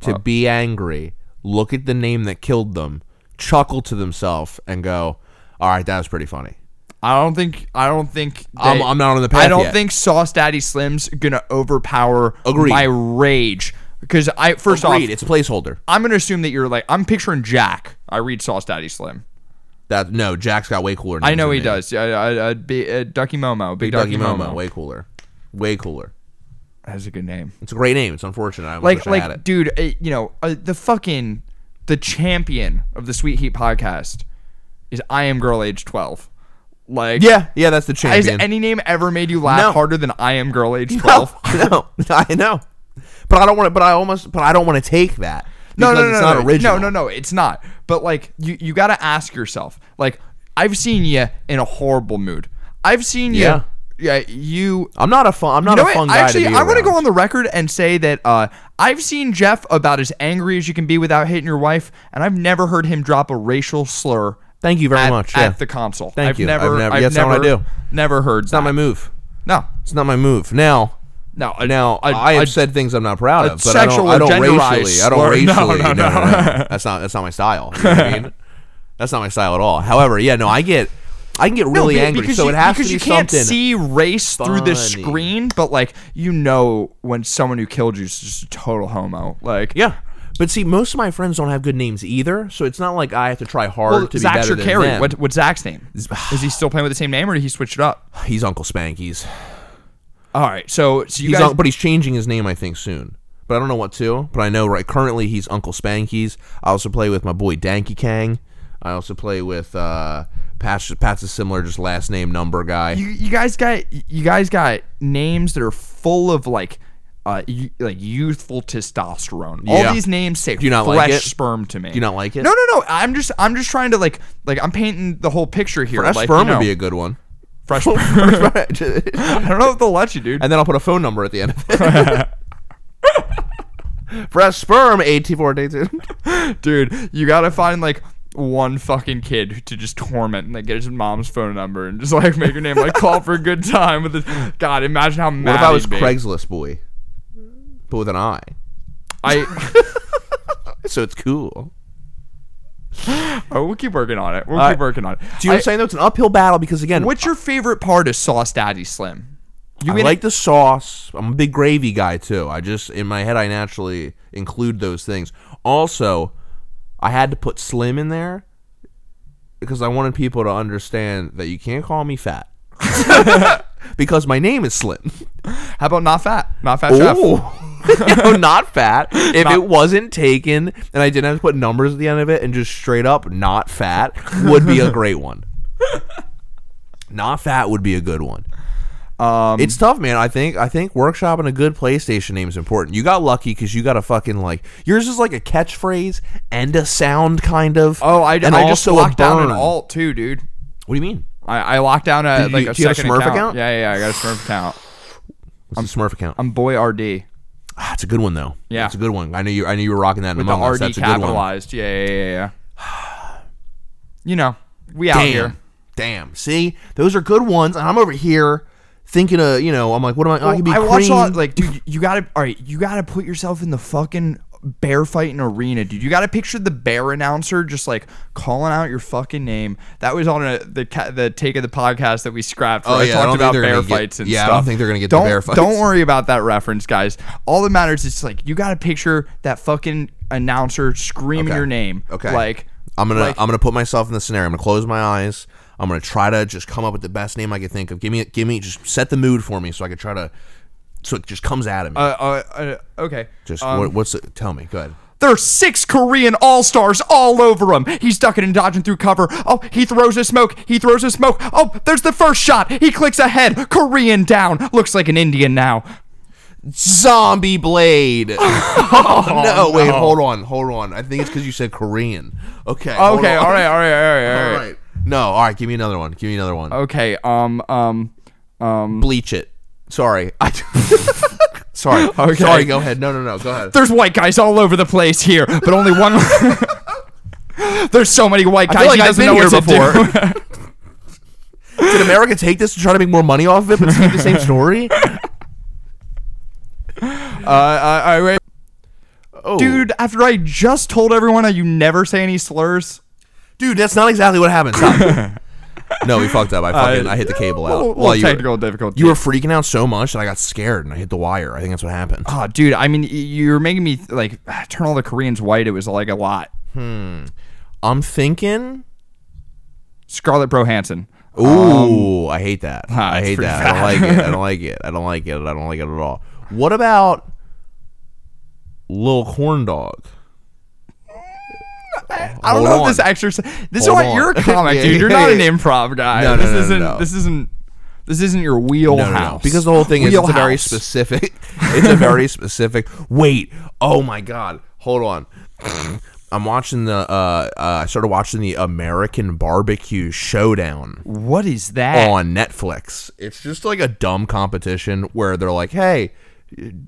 C: to be angry, look at the name that killed them, chuckle to themselves, and go, "All right, that was pretty funny."
B: I don't think I don't think
C: I'm- I'm not on the path
B: I don't
C: yet.
B: think Sauce Daddy Slim's gonna overpower
C: Agreed.
B: my rage because I first
C: Agreed,
B: off
C: it's a placeholder.
B: I'm gonna assume that you're like I'm picturing Jack. I read Sauce Daddy Slim.
C: That no, Jack's got way cooler.
B: I
C: names
B: know
C: than
B: he
C: me.
B: does. Yeah, I, I, I'd be uh, Ducky Momo, Big,
C: Ducky
B: Ducky,
C: Momo,
B: Momo.
C: way cooler, way cooler.
B: That's a good name.
C: It's a great name. It's unfortunate. I
B: Like
C: wish I had
B: like
C: it.
B: dude, uh, you know uh, the fucking the champion of the Sweet Heat podcast is I am girl age twelve. Like
C: yeah, yeah, that's the
B: Has
C: champion.
B: any name ever made you laugh
C: No.
B: harder than I am girl age
C: No,
B: twelve?
C: no, *laughs* I know, but I don't want to. But I almost. But I don't want to take that.
B: no, no,
C: because
B: no,
C: it's
B: no,
C: not
B: no,
C: original.
B: No, no, no, it's not. But like, you you got to ask yourself. Like, I've seen you in a horrible mood. I've seen you.
C: Yeah.
B: Yeah, you.
C: I'm not a fun. I'm not
B: you know
C: a
B: what?
C: fun guy
B: Actually,
C: to be
B: I want to
C: around.
B: go on the record and say that uh, I've seen Jeff about as angry as you can be without hitting your wife, and I've never heard him drop a racial slur.
C: Thank you very
B: at,
C: much,
B: at
C: yeah.
B: the console.
C: Thank
B: I've
C: you.
B: Never,
C: I've never-
B: I've
C: yes, that's
B: never,
C: what I do.
B: Never heard.
C: It's not my move.
B: No.
C: It's not my move. Now,
B: No, a-
C: now
B: a-
C: I have
B: a-
C: said things I'm not proud
B: a
C: of, but I don't.
B: sexual
C: I don't
B: or *laughs* genderized
C: racially. I don't
B: slur. No,
C: racially.
B: no, no.
C: *laughs* That's not. That's not my style. You know
B: *laughs*
C: what I mean? That's not my style at all. However, yeah, no, I get. I can get really
B: be-
C: angry.
B: because
C: So
B: you,
C: it has to
B: because
C: be
B: you can't
C: something.
B: see race through the
C: funny.
B: screen, but like you know when someone who killed you is just a total homo. Like
C: Yeah. But see, most of my friends don't have good names either, so it's not like I have to try hard
B: well,
C: to be
B: Zach
C: better than
B: Carey.
C: them.
B: What, what's Zach's name? Is he still playing with the same name, or did he switch it up?
C: He's Uncle Spanky's.
B: All right, so so you
C: He's
B: guys.
C: un- but he's changing his name, I think, soon. But I don't know what to. But I know right currently he's Uncle Spanky's. I also play with my boy Danky Kang. I also play with uh, Pat's. Pat's a similar just last name number guy.
B: you, you guys got you guys got names that are full of like. Uh, you, like youthful testosterone.
C: Yeah.
B: All these names say
C: Do you not
B: fresh
C: like it?
B: sperm to me.
C: Do you not like it?
B: No, no, no. I'm just, I'm just trying to like, like I'm painting the whole picture here.
C: fresh
B: like,
C: sperm
B: you know,
C: would be a
B: *laughs*
C: good one. *laughs*
B: fresh sperm. I don't know if they'll let you, dude.
C: and then I'll put a phone number at the end. of *laughs* it. fresh sperm eighty four days. *laughs*
B: Dude, you gotta find like one fucking kid to just torment and like get his mom's phone number and just like make her name like call for a good time with this. *laughs* God, imagine how mad
C: What if I was
B: he'd be.
C: Craigslist boy, but with an I? *laughs*
B: I,
C: So it's cool.
B: oh, we'll keep working on it. We'll
C: Uh,
B: keep working on it.
C: Do you know what
B: I-
C: I'm saying? Though it's an uphill battle because again,
B: what's your favorite part of Sauce Daddy Slim? You
C: I
B: mean-
C: like the sauce. I'm a big gravy guy too. I just in my head I naturally include those things. Also, I had to put slim in there because I wanted people to understand that you can't call me fat. *laughs* because my name is Slim. *laughs*
B: how about not fat? Not fat chef.
C: Oh, *laughs* no,
B: *laughs*
C: not fat. If it wasn't taken and I didn't have to put numbers at the end of it and just straight up not fat would
B: *laughs*
C: be a great one. not fat would be a good one.
B: Um,
C: It's tough, man. I think I think workshop and a good PlayStation name is important. You got lucky because you got a fucking like yours is like a catchphrase and a sound kind of.
B: oh, I,
C: and
B: I just
C: also a
B: locked down an
C: burn.
B: alt too, dude.
C: What do you mean?
B: I, I locked down a
C: Do
B: like
C: you-
B: a
C: do you have a
B: second
C: Smurf
B: account.
C: account?
B: Yeah, yeah, yeah, I got a Smurf account.
C: I'm Smurf account.
B: I'm boy RD.
C: Ah, it's a good one though.
B: Yeah.
C: it's a good one. I knew you. I knew you were rocking that. in
B: with the
C: Among Us.
B: RD
C: That's a good one.
B: capitalized. Yeah, yeah, yeah, yeah. *sighs* You know, we out
C: Damn.
B: here.
C: Damn. See, those are good ones, and I'm over here thinking of you know I'm like, what am I? I could be
B: I watch
C: cream.
B: a lot. Like, dude, you gotta. All right, you gotta put yourself in the fucking bear fighting arena, dude. You gotta picture the bear announcer just like calling out your fucking name. That was on a, the ca- the take of the podcast that we scrapped. Where
C: Oh,
B: I
C: yeah, I
B: talked
C: don't think
B: about
C: they're gonna
B: bear
C: get-
B: fights and
C: yeah, I
B: stuff.
C: don't think they're gonna get the
B: don't,
C: bear fights.
B: Don't worry about that reference, guys. All that matters is like you gotta picture that fucking announcer screaming
C: Okay.
B: your name.
C: Okay.
B: like.
C: I'm gonna
B: like-
C: I'm gonna put myself in the scenario. I'm gonna close my eyes. I'm gonna try to just come up with the best name I can think of. Give me give me just set the mood for me so I can try to so it just comes out of me.
B: Uh, uh, uh, okay.
C: just
B: um,
C: what, what's it? Tell me. Go ahead.
B: There's six Korean all stars all over him. He's ducking and dodging through cover. Oh, he throws a smoke. He throws a smoke. Oh, there's the first shot. He clicks ahead. Korean down. Looks like an Indian now.
C: Zombie Blade. *laughs* oh, no, wait, hold on, hold on. I think it's because you said Korean. Okay. hold
B: Okay,
C: on.
B: all right, all right, all right,
C: all
B: all right.
C: right. No, all right. Give me another one. Give me another one.
B: Okay, um, um, um.
C: Bleach it. Sorry. *laughs* I. Sorry.
B: Okay.
C: Sorry. Go ahead. No, no, no. Go ahead.
B: There's white guys all over the place here, but only one. *laughs* there's so many white guys.
C: feel like
B: he
C: I've
B: doesn't
C: been
B: know
C: here
B: what to do. *laughs*
C: *laughs* Did America take this and try to make more money off of it, but keep the *laughs* Uh, same story?
B: uh, uh, all right.
C: Oh.
B: Dude, after I just told everyone that you never say any slurs,
C: dude, that's not exactly what happened. Stop. *laughs* no, we fucked up. I fucking I hit the cable out.
B: little,
C: Uh, Well,
B: little
C: you were-
B: technical difficulty.
C: You were freaking out so much that I got scared and I hit the wire. I think that's what happened.
B: Ah, dude, I mean, y- you're making me like turn all the Koreans white. It was like a lot.
C: I'm thinking.
B: Scarlett Brohanson.
C: Ooh, I hate that. I
B: Um, it's
C: hate
B: pretty
C: that. I don't like it. I don't like it.
B: *laughs*
C: I don't like it. I don't like it at all. What about Lil Corn Dog?
B: I don't
C: Hold
B: know if this
C: on.
B: exercise. This
C: Hold
B: is why
C: on. *laughs*
B: you're a comic,
C: Yeah,
B: dude. You're
C: yeah,
B: not an
C: yeah.
B: improv guy.
C: No, no,
B: this
C: no, no,
B: isn't.
C: no.
B: This isn't. This isn't your wheelhouse.
C: Because the whole thing is it's a very
B: Wheelhouse.
C: specific. It's a very specific. Wait. Oh my god. Hold on. I'm watching the. Uh, uh, I started watching the American Barbecue Showdown.
B: What is that?
C: on Netflix. It's just like a dumb competition where they're like, "Hey,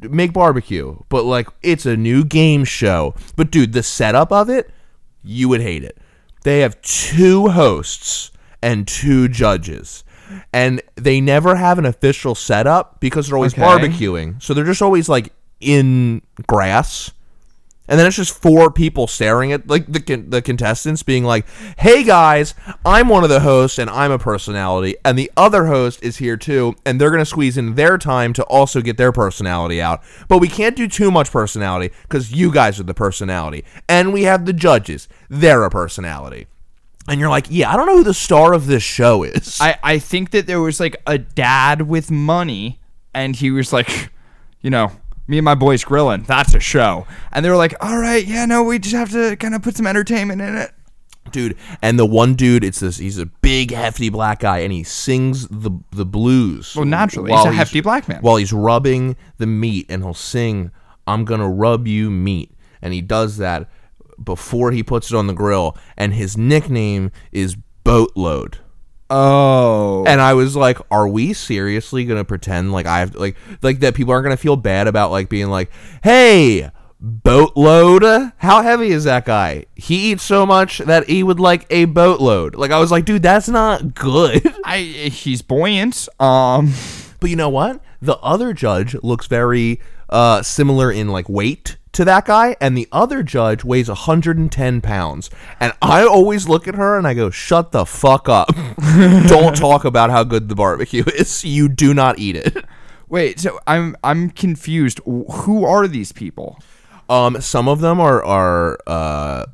C: make barbecue," but like it's a new game show. But dude, the setup of it, you would hate it. They have two hosts and two judges. And they never have an official setup because they're always
B: Okay.
C: barbecuing. So they're just always like in grass. And then it's just four people staring at like the con- the contestants being like, "Hey guys, I'm one of the hosts and I'm a personality, and the other host is here too, and they're gonna squeeze in their time to also get their personality out. But we can't do too much personality because you guys are the personality, and we have the judges; they're a personality." And you're like, "Yeah, I don't know who the star of this show is."
B: I, I think that there was like a dad with money, and he was like, you know, me and my boys grilling. That's a show. And they were like, all right, yeah, no, we just have to kind of put some entertainment in it.
C: dude and the one dude it's this he's a big hefty black guy and he sings the the blues
B: Well, naturally, he's
C: while
B: a hefty black man.
C: while he's rubbing the meat and he'll sing i'm gonna rub you meat and he does that before he puts it on the grill and his nickname is boatload
B: Oh,
C: and I was like, "Are we seriously gonna pretend like I have like like that people aren't gonna feel bad about like being like, hey, boatload? How heavy is that guy? He eats so much that he would like a boatload. Like I was like, dude, that's not good. *laughs*
B: I he's buoyant. Um, *laughs*
C: but you know what? The other judge looks very uh, similar in like weight to that guy, and the other judge weighs 110 pounds. And I always look at her and I go, "Shut the fuck up! Don't talk about how good the barbecue is. You do not eat it."
B: wait, so I'm I'm confused. Who are these people?
C: Um, some of them are are uh,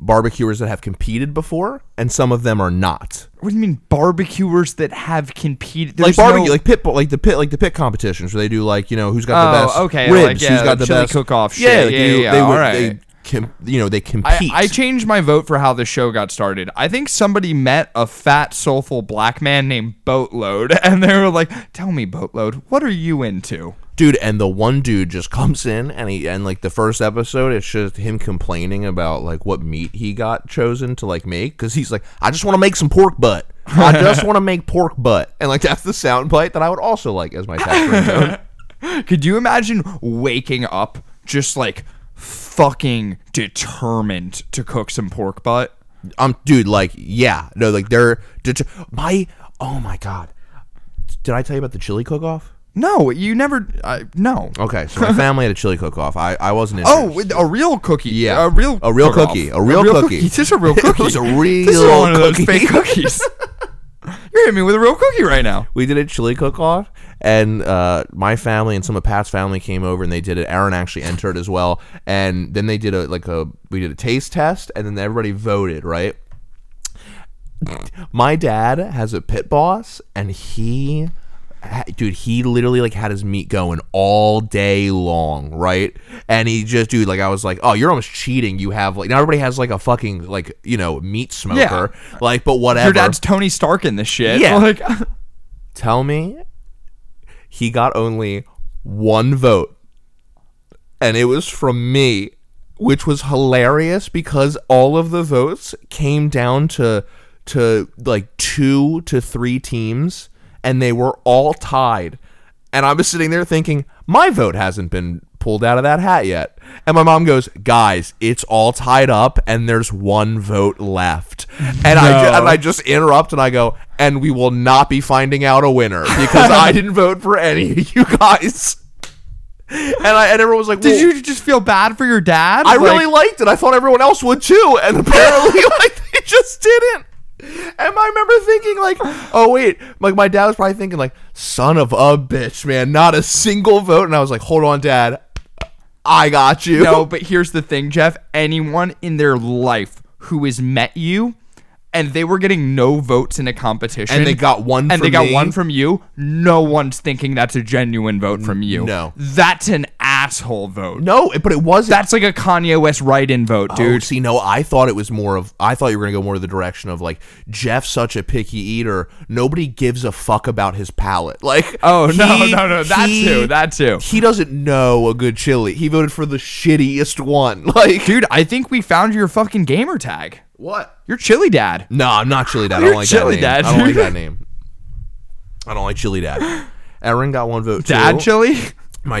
C: barbecuers that have competed before, and some of them are not.
B: What do you mean barbecuers that have competed?
C: like
B: There's
C: barbecue,
B: no-
C: like pit, like the pit, like the pit competitions where they do like you know who's got
B: Oh,
C: the best
B: okay,
C: ribs,
B: like, yeah,
C: who's got the
B: chili
C: best
B: cook-off shit.
C: Yeah, like,
B: Yeah,
C: they,
B: yeah,
C: they would,
B: alright.
C: they com- you know, they
B: I,
C: compete.
B: I changed my vote for how the show got started. I think somebody met a fat, soulful black man named Boatload, *laughs* and they were like, "Tell me, Boatload, what are you into?"
C: dude, and the one dude just comes in and he and like the first episode, it's just him complaining about like what meat he got chosen to like make because he's like, I just want to make some pork butt.
B: *laughs*
C: I just want to make pork butt, and like that's the sound bite that I would also like as my tax
B: *laughs*
C: tone.
B: Could you imagine waking up just like fucking determined to cook some pork butt?
C: I'm dude, like yeah, no, like they're det- my oh my god, did I tell you about the chili cook off?
B: No, you never. I no.
C: Okay, so my family had a chili cook-off. I, I wasn't.
B: Oh, with
C: introduced.
B: a real cookie.
C: Yeah.
B: a real,
C: A real
B: cook-off.
C: cookie. A real cookie.
B: It's just a real
C: *laughs* It
B: cookie.
C: was a
B: This is
C: real
B: one of those
C: cookie. *laughs*
B: fake cookies. You're hitting me with a real cookie right now.
C: we did a chili cook-off, and uh, my family and some of Pat's family came over and they did it. Aaron actually entered as well, and then they did a like a we did a taste test, and then everybody voted right. My dad has a pit boss, and he, ha- dude, he literally like had his meat going all day long, right? And he just, dude, like I was like, oh, you're almost cheating. You have like now everybody has like a fucking like you know meat smoker, like but whatever.
B: Your dad's Tony Stark in this shit.
C: Yeah.
B: Like, *laughs*
C: tell me he got only one vote and it was from me which was hilarious because all of the votes came down to to like two to three teams and they were all tied and i was sitting there thinking my vote hasn't been pulled out of that hat yet and my mom goes guys it's all tied up and there's one vote left and i ju-
B: No.
C: and I just interrupt and I go, and
B: *laughs*
C: we will not be finding out a winner because I didn't vote for any of you guys. and I and everyone was like,
B: Did
C: "Well,
B: you just feel bad for your dad?
C: Oh. I
B: Like,
C: really liked it. I thought everyone else would too, and *laughs* apparently, like they just didn't. And I remember thinking, like, oh wait, like my dad was probably thinking, like, son of a bitch, man, not a single vote. And I was like, hold on, dad, I got you. *laughs*
B: No, but here's the thing, Jeff. Anyone in their life who has met you and they were getting no votes in a competition
C: And they got one
B: and
C: from
B: they got
C: me?
B: one from you, no one's thinking that's a genuine vote from you.
C: no.
B: That's an asshole vote.
C: no, it- but it wasn't.
B: That's like a Kanye West write in vote,
C: Dude,
B: dude.
C: see, no, I thought it was more of. I thought you were gonna go more the direction of like Jeff's such a picky eater. Nobody gives a fuck about his palate. Like,
B: *laughs* Oh, no, no, no, that too, that too.
C: He doesn't know a good chili. He voted for the shittiest one. *laughs* Like,
B: Dude, I think we found your fucking gamer tag.
C: what?
B: You're chili dad.
C: No, I'm not chili dad. I
B: You're
C: don't like
B: Chili Dad,
C: that name. I don't like
B: dude. *laughs*
C: that name. I don't like chili dad. Aaron got one vote.
B: Dad
C: too.
B: chili?
C: My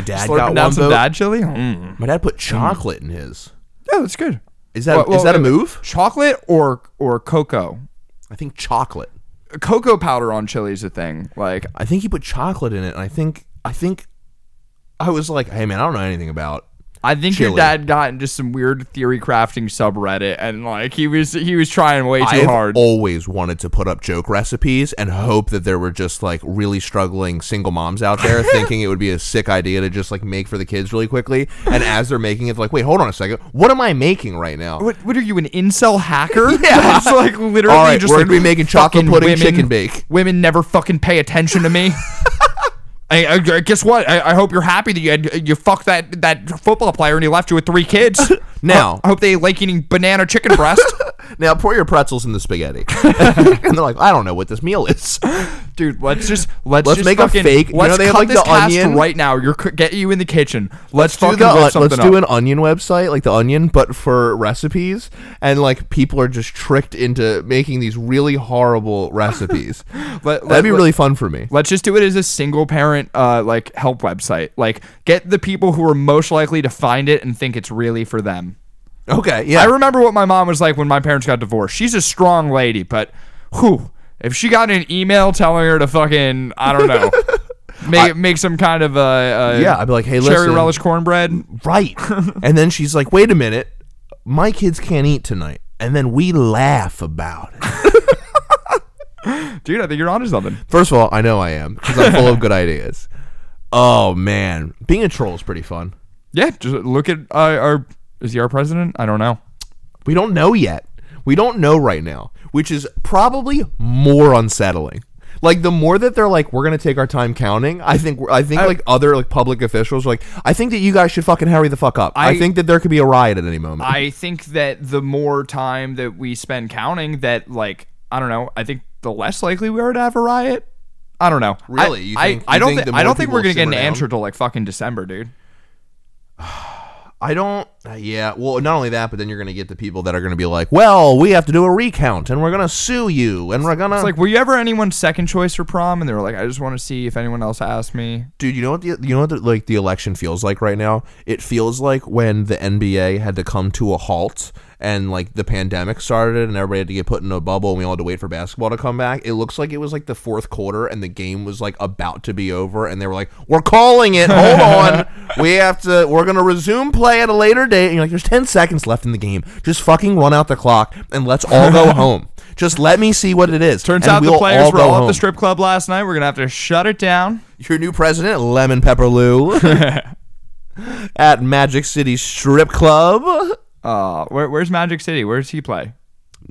B: *laughs*
C: dad got
B: Slurping down
C: one
B: some
C: vote.
B: dad chili? Mm.
C: My dad put chocolate in his.
B: Yeah, that's good.
C: Is that is
B: Well, well,
C: that a
B: wait, wait.
C: move?
B: Chocolate or or cocoa?
C: I think chocolate.
B: cocoa powder on chili is a thing. Like,
C: I think he put chocolate in it, and I think I think I was like, "Hey man, I don't know anything about."
B: I think
C: Chili.
B: your dad got into some weird theory crafting subreddit, and like he was he was trying way too
C: I've
B: hard.
C: always wanted to put up joke recipes and hope that there were just like really struggling single moms out
B: *laughs*
C: there thinking it would be a sick idea to just like make for the kids really quickly. And as they're making it, like, wait, hold on a second, what am I making right now?
B: what, what are you an incel hacker? *laughs* yeah, it's like literally
C: All right,
B: just
C: we're
B: like
C: gonna be making chocolate
B: fucking
C: pudding
B: women-
C: chicken bake.
B: Women never fucking pay attention to *laughs* me. I, I, I- guess what? I, I hope you're happy that you had, you fucked that that football player and he left you with three *laughs* kids.
C: Now-
B: I, I hope they like eating banana chicken breast.
C: Now pour your pretzels in the spaghetti. and they're like, I don't know what this
B: *laughs*
C: meal is.
B: *laughs* Dude, *laughs* let's just let's,
C: Let's
B: just
C: make a
B: fucking,
C: fake- you
B: Let's
C: know they have,
B: cut
C: like,
B: this
C: the
B: cast
C: onion?
B: right now. You're c- get you in the kitchen. Let's,
C: do
B: fucking
C: the
B: whip
C: uh,
B: something
C: let's do
B: up.
C: an onion website like the onion but for recipes and like people are just tricked into making these really horrible
B: *laughs*
C: recipes
B: Let-
C: that'd
B: let-
C: be
B: let-
C: really fun for me
B: Let's just do it as a single parent uh like help website. Like get the people who are most likely to find it and think it's really for them.
C: okay yeah
B: I remember what my mom was like when my parents got divorced. She's a strong lady, but whew, if she got an email telling her to fucking I don't
C: *laughs*
B: know. Make, make some kind of uh, uh
C: Yeah, I'd be like, "Hey,
B: cherry
C: listen."
B: relish cornbread.
C: right and then she's like wait a minute my kids can't eat tonight and then we laugh about it
B: Dude, I think you're onto something.
C: first of all i know i am because i'm full of good ideas oh man being a troll is pretty fun
B: Yeah, just look at uh, our is he our president? I don't know.
C: we don't know yet we don't know right now which is probably more unsettling like the more that they're like we're gonna take our time counting i think i think like other like public officials are like i think that you guys should fucking hurry the fuck up i,
B: I-
C: think that there could be a riot at any moment
B: I think that the more time that we spend counting, that like I don't know. I think the less likely we are to have a riot. I don't know.
C: Really?
B: I,
C: You
B: I-
C: think-
B: I,
C: you
B: don't.
C: think
B: thi- I
C: the more
B: don't think
C: people
B: we're gonna get an
C: simmer down?
B: answer till like fucking December, dude.
C: I don't. uh, Yeah. Well, not only that, but then you're gonna get the people that are gonna be like, "Well, we have to do a recount, and we're gonna sue you, and we're gonna."
B: It's like, were you ever anyone's second choice for prom? And they were like, I just want to see if anyone else asked me.
C: dude, you know what? The, you know what? The, like the election feels like right now. It feels like when the NBA had to come to a halt, and like the pandemic started, and everybody had to get put in a bubble, and we all had to wait for basketball to come back. It looks like it was like the fourth quarter, and the game was like about to be over, and they were like, "We're calling it.
B: *laughs*
C: Hold on, we have to. We're gonna resume play at a later date." And you're like, "There's ten seconds left in the game. Just fucking run out the clock, and let's all
B: *laughs*
C: go home." Just let me see what it is.
B: Turns
C: and
B: out the
C: we'll
B: players were
C: go
B: all at
C: home.
B: the strip club last night. We're gonna have to shut it down.
C: Your new president, Lemon
B: *laughs*
C: Pepper Lou, at Magic City Strip Club.
B: Uh, where, where's Magic City? Where does he play?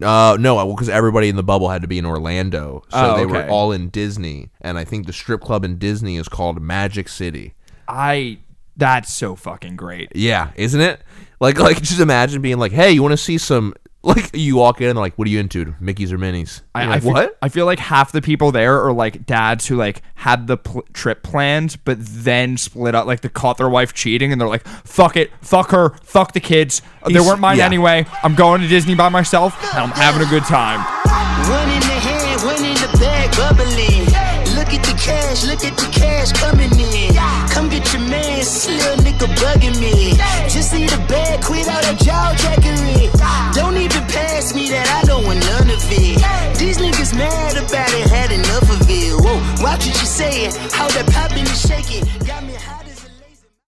C: Uh, no, because everybody in the bubble had to be in Orlando, so
B: Oh,
C: they
B: okay.
C: were all in Disney, and I think the strip club in Disney is called Magic City.
B: I. That's so fucking great.
C: Yeah, isn't it? Like, like just imagine being like, "Hey, you want to see some?" Like, you walk in and they're like, "What are you into? Mickey's or Minis?"
B: I,
C: You're
B: I
C: like,
B: feel,
C: what?
B: I feel like half the people there are like dads who like had the pl- trip planned, but then split up. Like they caught their wife cheating, and they're like, "Fuck it, fuck her, fuck the kids. they
C: He's-
B: weren't mine
C: yeah.
B: anyway. I'm going to Disney by myself, and I'm having a good time."
E: One in the hand, one in the bag, bubbling. Look at the cash, look at the cash coming in. Come get your man, this little nigga bugging me. Just see the bag, quit all that jaw jackery. Don't even pass me that, I don't want none of it. These niggas mad about it, had enough of it. Whoa, watch what you saying, how that